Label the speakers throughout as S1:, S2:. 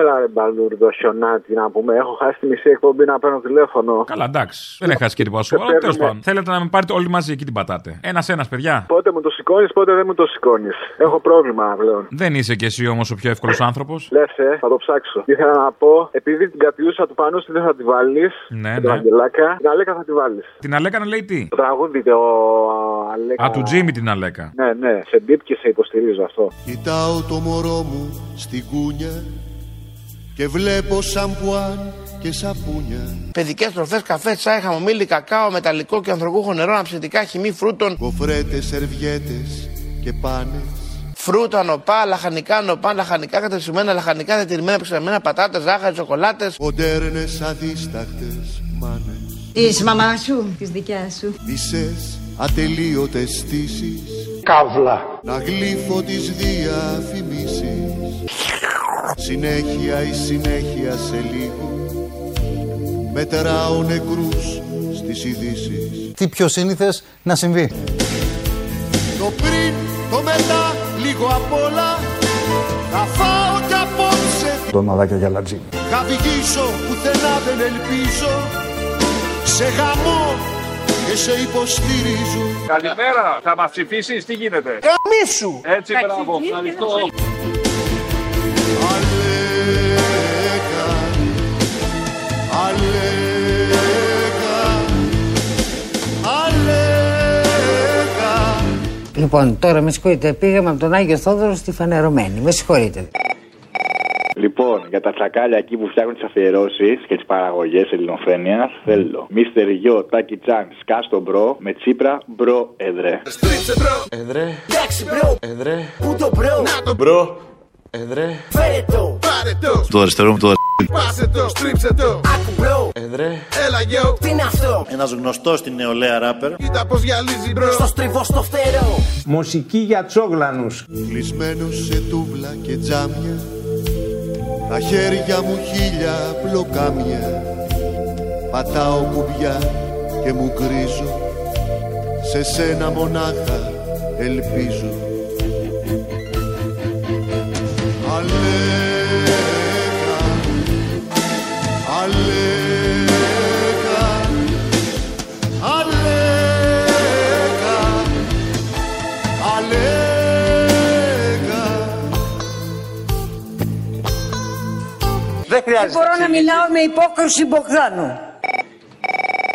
S1: Έλα ρε μπαλούρδο, σιωνάτι να πούμε. Έχω χάσει τη μισή εκπομπή να παίρνω τηλέφωνο.
S2: Καλά, εντάξει. Δεν έχασε και τίποτα σοβαρό.
S1: παίρνουμε.
S2: Τέλο
S3: ναι.
S2: πάντων. Θέλετε να με πάρετε όλοι μαζί εκεί την πατάτε. Ένα-ένα, παιδιά.
S1: Πότε μου το σηκώνεις, πότε δεν μου το σηκώνεις. Έχω πρόβλημα πλέον.
S2: Δεν είσαι κι εσύ όμως ο πιο εύκολος άνθρωπος.
S1: Λες, ε, θα το ψάξω. Ήθελα να πω, επειδή την κατιούσα του πάνω δεν θα τη βάλεις.
S2: Ναι,
S1: Τον
S2: ναι.
S1: Αγγελάκα, την Αλέκα θα τη βάλεις.
S2: Την Αλέκα να λέει τι.
S1: Το τραγούδι το Αλέκα.
S2: Α, του Τζίμι την Αλέκα.
S1: Ναι, ναι, σε μπίπ και σε υποστηρίζω αυτό.
S4: Κοιτάω το μωρό μου στην κούνια και βλέπω σαμπουάν και σαπούνια.
S5: Παιδικές τροφές, καφέ, τσάι, χαμομήλι, κακάο, μεταλλικό και ανθρωπούχο νερό, αναψυντικά, χυμή φρούτων,
S4: Κοφρέτες, σερβιέτες και πάνες.
S5: φρούτα, νοπά, λαχανικά, νοπά, λαχανικά κατεψημένα, λαχανικά διατηρημένα, ψεμένα, πατάτες, ζάχαρη, σοκολάτες.
S4: Οντέρνες, αδίστακτες μάνες.
S6: Της μαμάς σου, της δικιάς σου.
S4: Μισές, ατελείωτες στήσεις.
S5: Καύλα.
S4: Να γλύφω τις διαφημίσεις. Συνέχεια η συνέχεια σε λίγο. Μετεράω νεκρούς στις ειδήσεις.
S7: Τι πιο σύνηθες να συμβεί.
S4: Το πριν, το μετά, λίγο απ' όλα Θα φάω κι απόψε
S7: Το μαδάκια για λατζίνι.
S4: Θα βυγίσω πουθενά δεν ελπίζω Σε γαμώ και σε υποστηρίζω
S8: Καλημέρα, θα μας ψηφίσεις, τι γίνεται.
S5: Καμίσου!
S8: Έτσι, μπράβο, ευχαριστώ.
S4: Αλέκα, Αλέκα, Αλέκα
S6: Λοιπόν, τώρα με συγχωρείτε, πήγαμε από τον Άγιο Θόδωρο στη Φανερωμένη. Με συγχωρείτε.
S3: Λοιπόν, για τα τσακάλια εκεί που φτιάχνουν τις αφιερώσεις και τις παραγωγές ελληνοφρένειας, θέλω. Μίστερ Γιώ, Τάκι Τσάν, Σκάστο Μπρο, με Τσίπρα, Μπρο, Εδρέ.
S9: Το αριστερό μου το
S7: Ένας γνωστός στην νεολαία ράπερ.
S10: Μουσική για τσόγλανους.
S4: Κλεισμένος σε τούβλα και τζάμια Τα χέρια μου χίλια πλοκάμια Πατάω κουμπιά και μου κρίζω Σε σένα μονάχα ελπίζω Αλέκα Αλέκα Αλέκα Αλέκα
S10: Δεν χρειάζεται.
S6: Μπορώ να μιλάω με υπόκριση Μπογδάνου.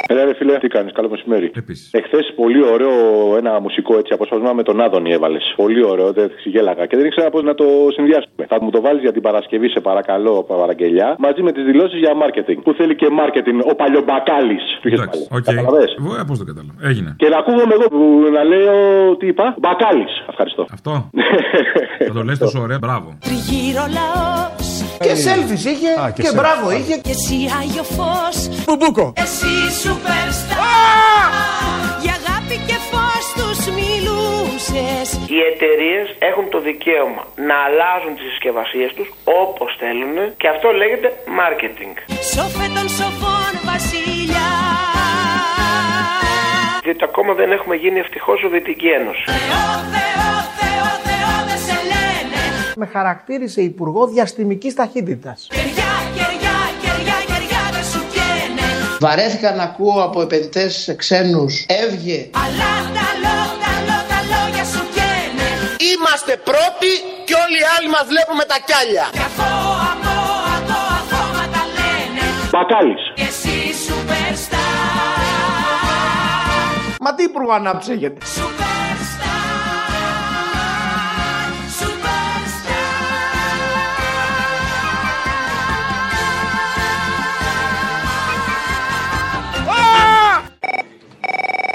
S3: Έλα, ρε φίλε, τι κάνεις, καλό μεσημέρι.
S2: Επίσης.
S3: Εχθές πολύ ωραίο ένα μουσικό έτσι απόσπασμα με τον Άδωνη έβαλες. Πολύ ωραίο, δεν ξυγέλαγα και δεν ήξερα πώς να το συνδυάσουμε. Θα μου το βάλεις για την Παρασκευή, σε παρακαλώ, παραγγελιά, μαζί με τις δηλώσεις για marketing. Που θέλει και marketing, ο παλιομπακάλι. Του είχε
S2: Εντάξει,
S3: βάλει.
S2: οκ.
S3: Καταλαβες?
S2: Εγώ, ε, Πώς το κατάλαβα. Έγινε.
S3: Και να ακούγομαι εγώ που να λέω τι είπα. Μπακάλι. Ευχαριστώ.
S2: Αυτό. Θα το λες τόσο ωραία. Μπράβο.
S6: Τριγύρω λαό
S5: Και selfies είχε και, μπράβο είχε.
S6: και εσύ άγιο φως.
S10: Μπουμπούκο.
S6: Εσύ σούπερ Για αγάπη και φως τους μιλούσες.
S5: Οι εταιρείες έχουν το δικαίωμα να αλλάζουν τις συσκευασίες τους όπως θέλουν και αυτό λέγεται marketing.
S6: Σόφε των σοφών βασιλιά.
S5: Διότι ακόμα δεν έχουμε γίνει ευτυχώς Σοβιετική Ένωση.
S6: Θεό, Θεό, Θεό, Θεό, δεν σε λένε.
S10: Με χαρακτήρισε υπουργό διαστημικής ταχύτητας.
S6: Κεριά, κεριά, κεριά, κεριά, δεν σου καίνε.
S5: Βαρέθηκα να ακούω από επενδυτές ξένους. Έβγε.
S6: Αλλά τα λό, τα λό, τα λόγια σου καίνε.
S5: Είμαστε πρώτοι και όλοι οι άλλοι μας βλέπουμε τα κιάλια.
S6: Κι αυτό, αυτό, αυτό, ακόμα τα λένε.
S3: Μπακάλι.
S6: Και εσύ superstar,
S5: Μα τι υπουργό ανάψε γιατί.
S6: superstar, superstar.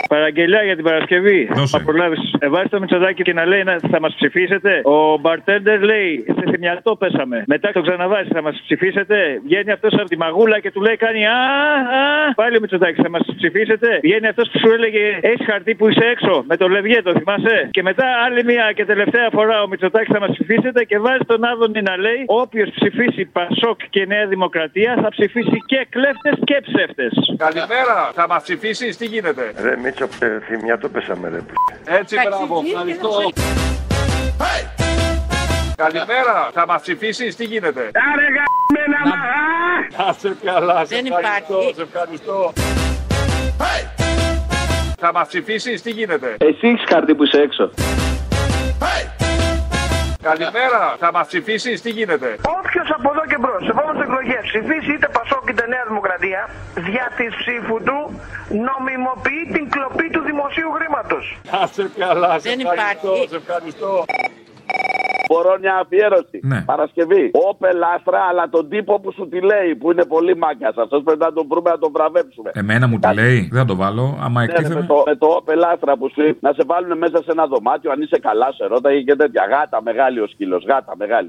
S8: Παραγγελιά για την Παρασκευή.
S2: Δώσε.
S8: Θα προλάβεις. Βάζεις το μυτσοδάκι και να λέει να θα μας ψηφίσετε. Ο μπαρτέντερ λέει σε θυμιατό πέσαμε. Μετά το ξαναβάζεις, θα μας ψηφίσετε. Βγαίνει αυτός από τη μαγούλα και του λέει κάνει Α, α. Πάλι ο μυτσοδάκι, θα μας ψηφίσετε. Βγαίνει αυτός που σου έλεγε Έχεις χαρτί που είσαι έξω με το λευγέ, το θυμάσαι. Και μετά άλλη μια και τελευταία φορά ο μυτσοτάκι θα μας ψηφίσετε και βάζει τον Άδωνη να λέει Όποιος ψηφίσει Πασόκ και Νέα Δημοκρατία θα ψηφίσει και κλέφτες και ψεύτες. Καλημέρα, θα μας ψηφίσεις, τι γίνεται.
S10: Ρε Μίτσο, θυμιά το πέσαμε ρε.
S8: Έτσι, μπράβο, ευχαριστώ.
S9: Καλημέρα. Θα μας ψηφίσει, τι γίνεται.
S4: Άρε γαμμένα μαγά!
S9: Να σε καλά, σε
S4: Δεν
S9: ευχαριστώ,
S4: υπάρχει.
S9: σε ευχαριστώ. Θα μας ψηφίσει, τι γίνεται.
S11: Εσύ έχεις χαρτί που είσαι έξω.
S9: Καλημέρα. Θα μας ψηφίσεις, τι γίνεται.
S12: Όποιος από εδώ και μπρος, σε επόμενες εκλογές ψηφίσει είτε Πασόκ είτε Νέα Δημοκρατία, δια της ψήφου του νομιμοποιεί την κλοπή του δημοσίου χρήματος.
S9: Να σε καλά, σε
S12: Δεν
S9: ευχαριστώ,
S12: υπάρχει.
S9: σε ευχαριστώ.
S13: Μπορώ μια αφιέρωση.
S2: Ναι.
S13: Παρασκευή. Όπελ άστρα, αλλά τον τύπο που σου τη λέει, που είναι πολύ μάκια. Αυτός πρέπει να τον βρούμε να τον βραβεύσουμε.
S2: Εμένα μου τη λέει, δεν θα το βάλω. Άμα
S13: Ναι, ρε, με
S2: εκτίθεμαι.
S13: το, με το Opel Astra που σου είπε, να σε βάλουν μέσα σε ένα δωμάτιο, αν είσαι καλά, σε ρώταγε και τέτοια. Γάτα μεγάλη ο σκύλος, γάτα μεγάλη.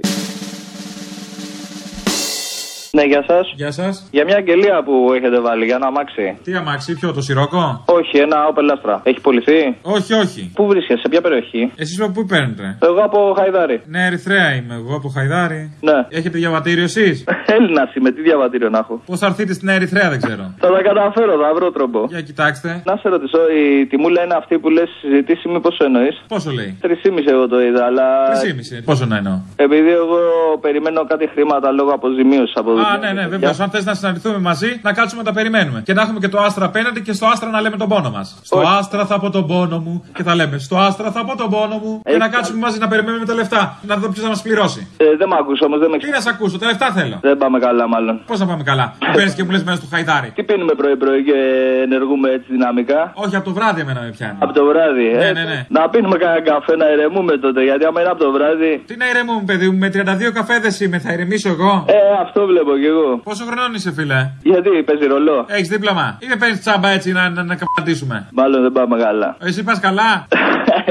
S11: Ναι, γεια σας.
S2: Γεια σας.
S11: Για μια αγγελία που έχετε βάλει για ένα αμάξι.
S2: Τι αμάξι, ποιο, το σιρόκο.
S11: Όχι, ένα Opel Astra. Έχει πουληθεί.
S2: Όχι, όχι.
S11: Πού βρίσκεσαι, σε ποια περιοχή.
S2: Εσείς από πού παίρνετε.
S11: Εγώ από Χαϊδάρι.
S2: Ναι, Ερυθρέα είμαι εγώ από Χαϊδάρι.
S11: Ναι.
S2: Έχετε διαβατήριο εσείς.
S11: Έλληνας είμαι, τι διαβατήριο να έχω.
S2: Πώς θα έρθετε στην Ερυθρέα, δεν ξέρω.
S11: Θα τα καταφέρω, θα βρω τρόπο.
S2: Για κοιτάξτε.
S11: Να σε ρωτήσω, η τιμούλα είναι αυτή που λες συζητήσει, μήπω εννοείς.
S2: Πόσο λέει.
S11: 3,5 εγώ το είδα, αλλά.
S2: 3,5. Πόσο να εννοώ.
S11: Επειδή εγώ περιμένω κάτι χρήματα λόγω αποζημίωσης από
S2: Α, ναι, ναι, βεβαίω. Αν θες να συναντηθούμε μαζί, να κάτσουμε να τα περιμένουμε. Και να έχουμε και το άστρα απέναντι και στο άστρα να λέμε τον πόνο μας. Στο άστρα θα πω τον πόνο μου και θα λέμε Στο άστρα θα πω τον πόνο μου. Και να κάτσουμε μαζί να περιμένουμε τα λεφτά. Να δω ποιος θα μας πληρώσει.
S11: Ε, δεν με ακούς όμως, δεν με
S2: Τι να σε ακούσω, τα λεφτά θέλω.
S11: Δεν πάμε καλά, μάλλον.
S2: Πώς να πάμε καλά. Παίρνει και μου λες μέσα στο χαϊδάρι.
S11: Τι πίνουμε πρωί-πρωί και ενεργούμε έτσι δυναμικά.
S2: Όχι, από το βράδυ εμένα με πιάνει.
S11: Από το βράδυ,
S2: Ναι,
S11: ε.
S2: ναι, ναι.
S11: Να πίνουμε κανένα καφέ να ηρεμούμε τότε. Γιατί άμα είναι από το βράδυ.
S2: Τι να ηρεμούμε, παιδί μου, με 32 καφέδε είμαι, θα ηρεμήσω εγώ.
S11: Ε, αυτό βλέπω κι εγώ.
S2: Πόσο χρονών είσαι, φίλε.
S11: Γιατί παίζει ρολό.
S2: Έχεις δίπλαμα. Ή δεν παίρνει τσάμπα έτσι να, να, να καπαντήσουμε.
S11: Μάλλον δεν πάμε καλά.
S2: Εσύ πας καλά.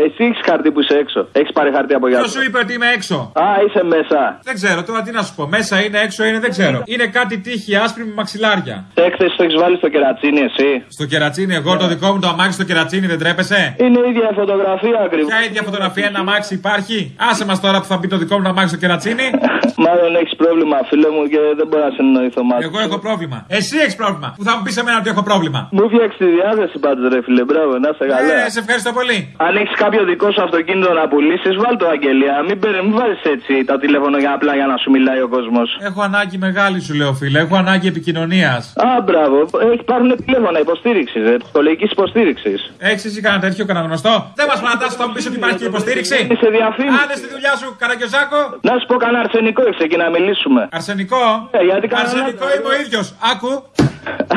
S11: Εσύ έχεις χαρτί που είσαι έξω. Έχεις πάρει χαρτί από γυαλιά.
S2: Ποιος σου είπε ότι είμαι έξω.
S11: Α, είσαι μέσα.
S2: Δεν ξέρω τώρα τι να σου πω. Μέσα είναι, έξω είναι, δεν ξέρω. Είναι κάτι τύχη άσπρη με μαξιλάρια.
S11: Έκθεσης το έχεις βάλει στο κερατσίνι, εσύ.
S2: Στο κερατσίνι, εγώ το δικό μου το αμάξι στο κερατσίνι δεν τρέπεσαι.
S11: Είναι η ίδια φωτογραφία ακριβώς.
S2: Ποια ίδια φωτογραφία ένα αμάξι υπάρχει. Άσε μας τώρα που θα μπει το δικό μου το αμάξι στο κερατσίνι.
S11: Μάλλον έχεις πρόβλημα, φίλε μου, και δεν μπορώ να συνεννοηθώ μαζί.
S2: Εγώ έχω πρόβλημα. Εσύ έχεις πρόβλημα. Που θα μου πεις εμένα ότι έχω πρόβλημα.
S11: Μου φτιάξεις τη διάθεση πάντως, ρε φίλε. Μπράβο, να είσαι καλά.
S2: Ε, σε ευχαριστώ πολύ.
S11: Αν έχεις κάποιο δικό σου αυτοκίνητο να πουλήσεις, βάλ το αγγελία. Μην, παίρνει- μην βάζεις έτσι τα τηλέφωνα για απλά για να σου μιλάει ο κόσμος.
S2: Έχω ανάγκη μεγάλη σου λέω φίλε. Έχω ανάγκη επικοινωνίας.
S11: Α, μπράβο. Ε, Υπάρχουν τηλέφωνα υποστήριξης, ε, ψυχολογική υποστήριξης.
S2: Έχεις εσύ κανένα τέτοιο, κανένα γνωστό. Δεν μας παρατά θα μου πεις ότι υπάρχει και υποστήριξη.
S11: Είσαι διαφήμιση.
S2: Άντε στη δουλειά σου, καραγκιοζάκο.
S11: Να σου πω κανένα αρσενικό έχει εκεί να μιλήσουμε.
S2: Αρσενικό.
S11: Ε, γιατί κανένα-
S2: Αρσενικό είμαι ο ίδιος. Άκου.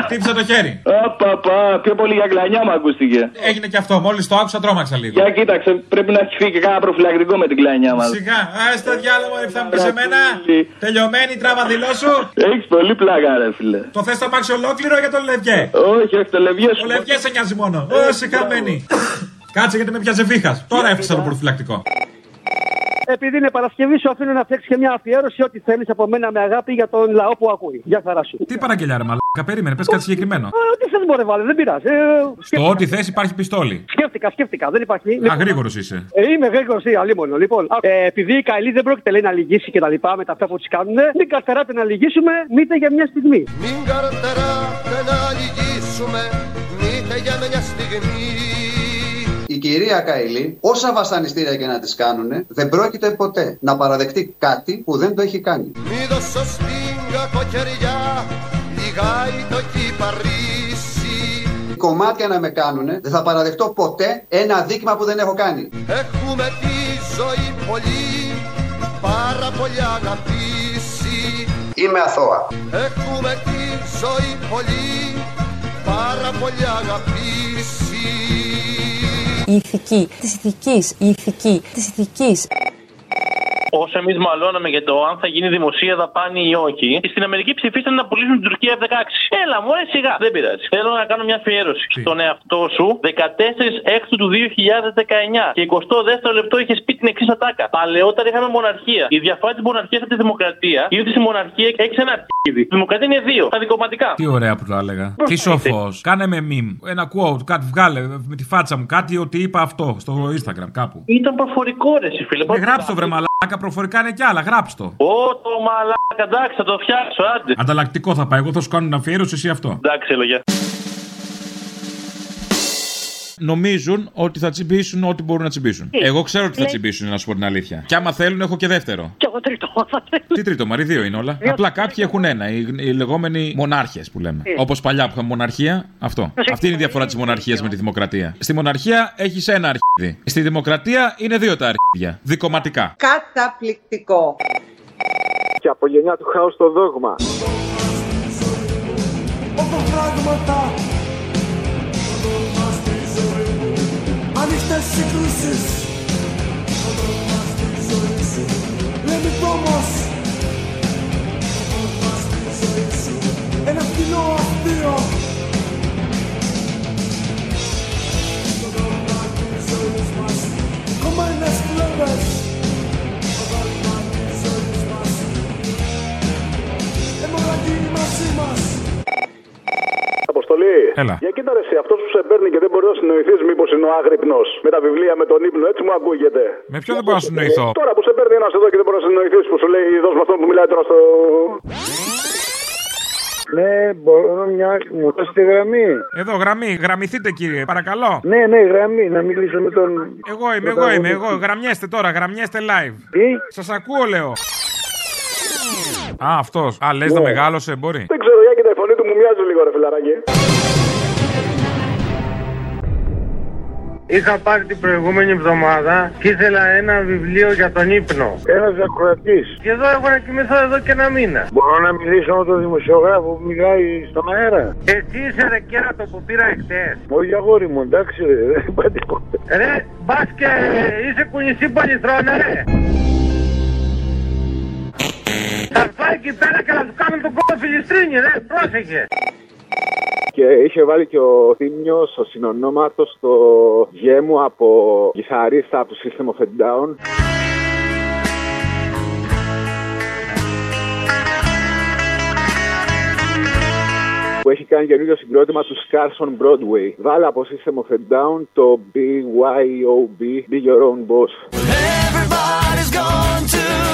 S2: Χτύπησα το χέρι.
S11: Απαπα, πιο πολύ για κλανιά μου ακούστηκε.
S2: Έγινε και αυτό. Μόλις το άκουσα, τρόμαξα λίγο.
S11: Για κοίταξε, πρέπει να έχει φύγει και κανένα προφυλακτικό με την κλανιά μας.
S2: Σιγά, α τα διάλογο ρε, που θα μου πει εμένα. Τελειωμένη η τράβα δηλώσου.
S11: Έχεις πολύ πλάκα, ρε φίλε.
S2: Το θες το μάξι ολόκληρο για τον Λευκέ.
S11: Όχι, όχι, το Λευκέ
S2: Ο Λευκές σε νοιάζει μόνο. Όσοι χαμένοι. Κάτσε γιατί με πιάσε φίχα. Τώρα έφτιασα το προφυλακτικό.
S14: Επειδή είναι Παρασκευή, σου αφήνω να φτιάξεις και μια αφιέρωση ό,τι θέλεις από μένα με αγάπη για τον λαό που ακούει. Για χαρά σου.
S2: Τι παραγγελιά, ρε μαλάκα, περίμενε, πες κάτι συγκεκριμένο.
S14: Ε, Ό,τι θες μπορεί, βάλε, δεν πειράζει. Ε,
S2: Στο Ναι, ό,τι θες υπάρχει πιστόλι.
S14: σκέφτηκα, σκέφτηκα, δεν υπάρχει.
S11: Ναι.
S2: Α,
S14: Λοιπόν,
S2: γρήγορος είσαι.
S14: Ε, είμαι γρήγορος ή αλίμονο. Λοιπόν, α, ε, επειδή η Καηλή δεν πρόκειται λέει, να λυγίσει και τα λοιπά με τα αυτά που της κάνουν, μην καρτεράτε να λυγίσουμε, μήτε για μια στιγμή.
S4: Μην καρτεράτε να λυγίσουμε, μήτε για μια στιγμή.
S15: Η κυρία Καηλή, όσα βασανιστήρια και να τη κάνουν, δεν πρόκειται ποτέ να παραδεχτεί κάτι που δεν το έχει κάνει.
S4: Μη δώσω στην κακοκαιριά λιγάει το κυπαρίσι
S15: Κομμάτια να με κάνουν, δεν θα παραδεχτώ ποτέ ένα δείγμα που δεν έχω κάνει.
S4: Έχουμε τη ζωή πολύ, πάρα πολύ αγαπήσει
S15: Είμαι αθώα.
S4: Έχουμε τη ζωή πολύ, πάρα πολύ αγαπήσει
S16: Η ηθική της ηθικής, η ηθική της ηθικής.
S17: Όσο εμείς μαλώναμε για το αν θα γίνει δημοσία δαπάνη ή όχι, στην Αμερική ψηφίσαν να πουλήσουν την Τουρκία F-16. Έλα, μου ε, σιγά. Δεν πειράζει. Θέλω να κάνω μια αφιέρωση στον εαυτό σου 14 έκτου του 2019. Και 22ο λεπτό είχες πει την εξής ατάκα. Παλαιότερα είχαμε μοναρχία. Η διαφορά της μοναρχίας από τη δημοκρατία είναι ότι στη μοναρχία έχεις ένα πίδι. Η δημοκρατία είναι δύο. Τα δικοματικά.
S2: Τι ωραία που τα έλεγα. Τι σοφός. Κάνε με meme. Ένα quote, κάτι βγάλε με τη φάτσα μου. Κάτι ότι είπα αυτό στο Instagram κάπου.
S17: Ήταν προφορικό ρε, εσύ, φίλε.
S2: Ναι, γράψτε το βρε μαλάκα, προφορικά είναι κι άλλα. Γράψτε το.
S17: Ω το μαλάκα, εντάξει, θα το φτιάξω, άντε.
S2: Ανταλλακτικό θα πάει. Εγώ θα σου κάνω την αφιέρωση εσύ αυτό.
S17: Εντάξει, έλεγε.
S2: νομίζουν ότι θα τσιμπήσουν ό,τι μπορούν να τσιμπήσουν.
S18: Τι?
S2: Εγώ ξέρω ότι θα
S18: Λες.
S2: τσιμπήσουν, να σου πω την αλήθεια. Και άμα θέλουν, έχω και δεύτερο.
S18: Και εγώ τρίτο θα θέλω.
S2: Τι τρίτο, Μαρή, δύο είναι όλα.
S18: Δύο.
S2: Απλά κάποιοι έχουν ένα. Οι, οι λεγόμενοι μονάρχες που λέμε.
S18: Τι?
S2: Όπως παλιά που είχαμε μοναρχία, αυτό.
S18: Προσέξτε,
S2: Αυτή είναι η διαφορά της μοναρχίας με τη δημοκρατία. Στη μοναρχία έχεις ένα αρχίδι. Στη δημοκρατία είναι δύο τα αρχίδια. Δικοματικά.
S19: Καταπληκτικό.
S1: Και από γενιά του χάους στο δόγμα.
S6: Όπως πράγματα Ανοιχτές συγκρούσεις Λέμε κι όμως Ένα κοινό αστείο Κομμένες κλέβες Εμωραγή μαζί μας
S3: Αποστολή.
S2: Έλα.
S3: Για κοίτα ρε, εσύ, αυτός που σε παίρνει και δεν μπορεί να συνοηθείς μήπως είναι ο άγρυπνος. Με τα βιβλία, με τον ύπνο, έτσι μου ακούγεται.
S2: Με ποιον δεν μπορώ να συνοηθώ.
S3: Ε, Τώρα που σε παίρνει ένας εδώ και δεν μπορείς να συνοηθείς που σου λέει δώσ' μου αυτόν που μιλάει τώρα στο...
S20: Ναι, μπορώ μια. Μου δώσετε γραμμή.
S2: Εδώ, γραμμή, γραμμηθείτε κύριε, παρακαλώ.
S20: Ναι, ναι, γραμμή. Να μιλήσω με τον.
S2: Εγώ είμαι, εγώ είμαι, εγώ. Γραμμιέστε τώρα, γραμμιέστε live. Τι? Σας ακούω, λέω. Α, αυτός. Α, λες να μεγάλωσε, μπορεί.
S3: Δεν ξέρω, για κοίτα, η φωνή του μου μοιάζει λίγο ρε φιλαράκι.
S11: Είχα πάρει την προηγούμενη εβδομάδα και ήθελα ένα βιβλίο για τον ύπνο.
S20: Ένας ακροατής.
S11: Και εδώ έχω να κοιμηθώ εδώ και ένα μήνα.
S20: Μπορώ να μιλήσω με τον δημοσιογράφο που μιλάει στον αέρα.
S11: Εσύ είσαι ρε κέρατο που πήρα χτες.
S20: Όχι, αγόρι μου, εντάξει, ρε. δεν είπα τίποτα.
S11: Ρε, μπας και ε, είσαι κουνησί πολυθρόνα ρε. Θα φάει εκεί πέρα και να του κάνουν τον κόλλο φιλιστρίνη ρε, πρόσεχε.
S1: Και είχε βάλει και ο Θήμιος, ο συνονόματος, το γέμου από κιθαρίστα από το System of a Down. που έχει κάνει καινούριο συγκρότημα του Carson Broadway. Βάλε από System of a Down το BYOB, Be Your Own Boss.
S6: Everybody's gone to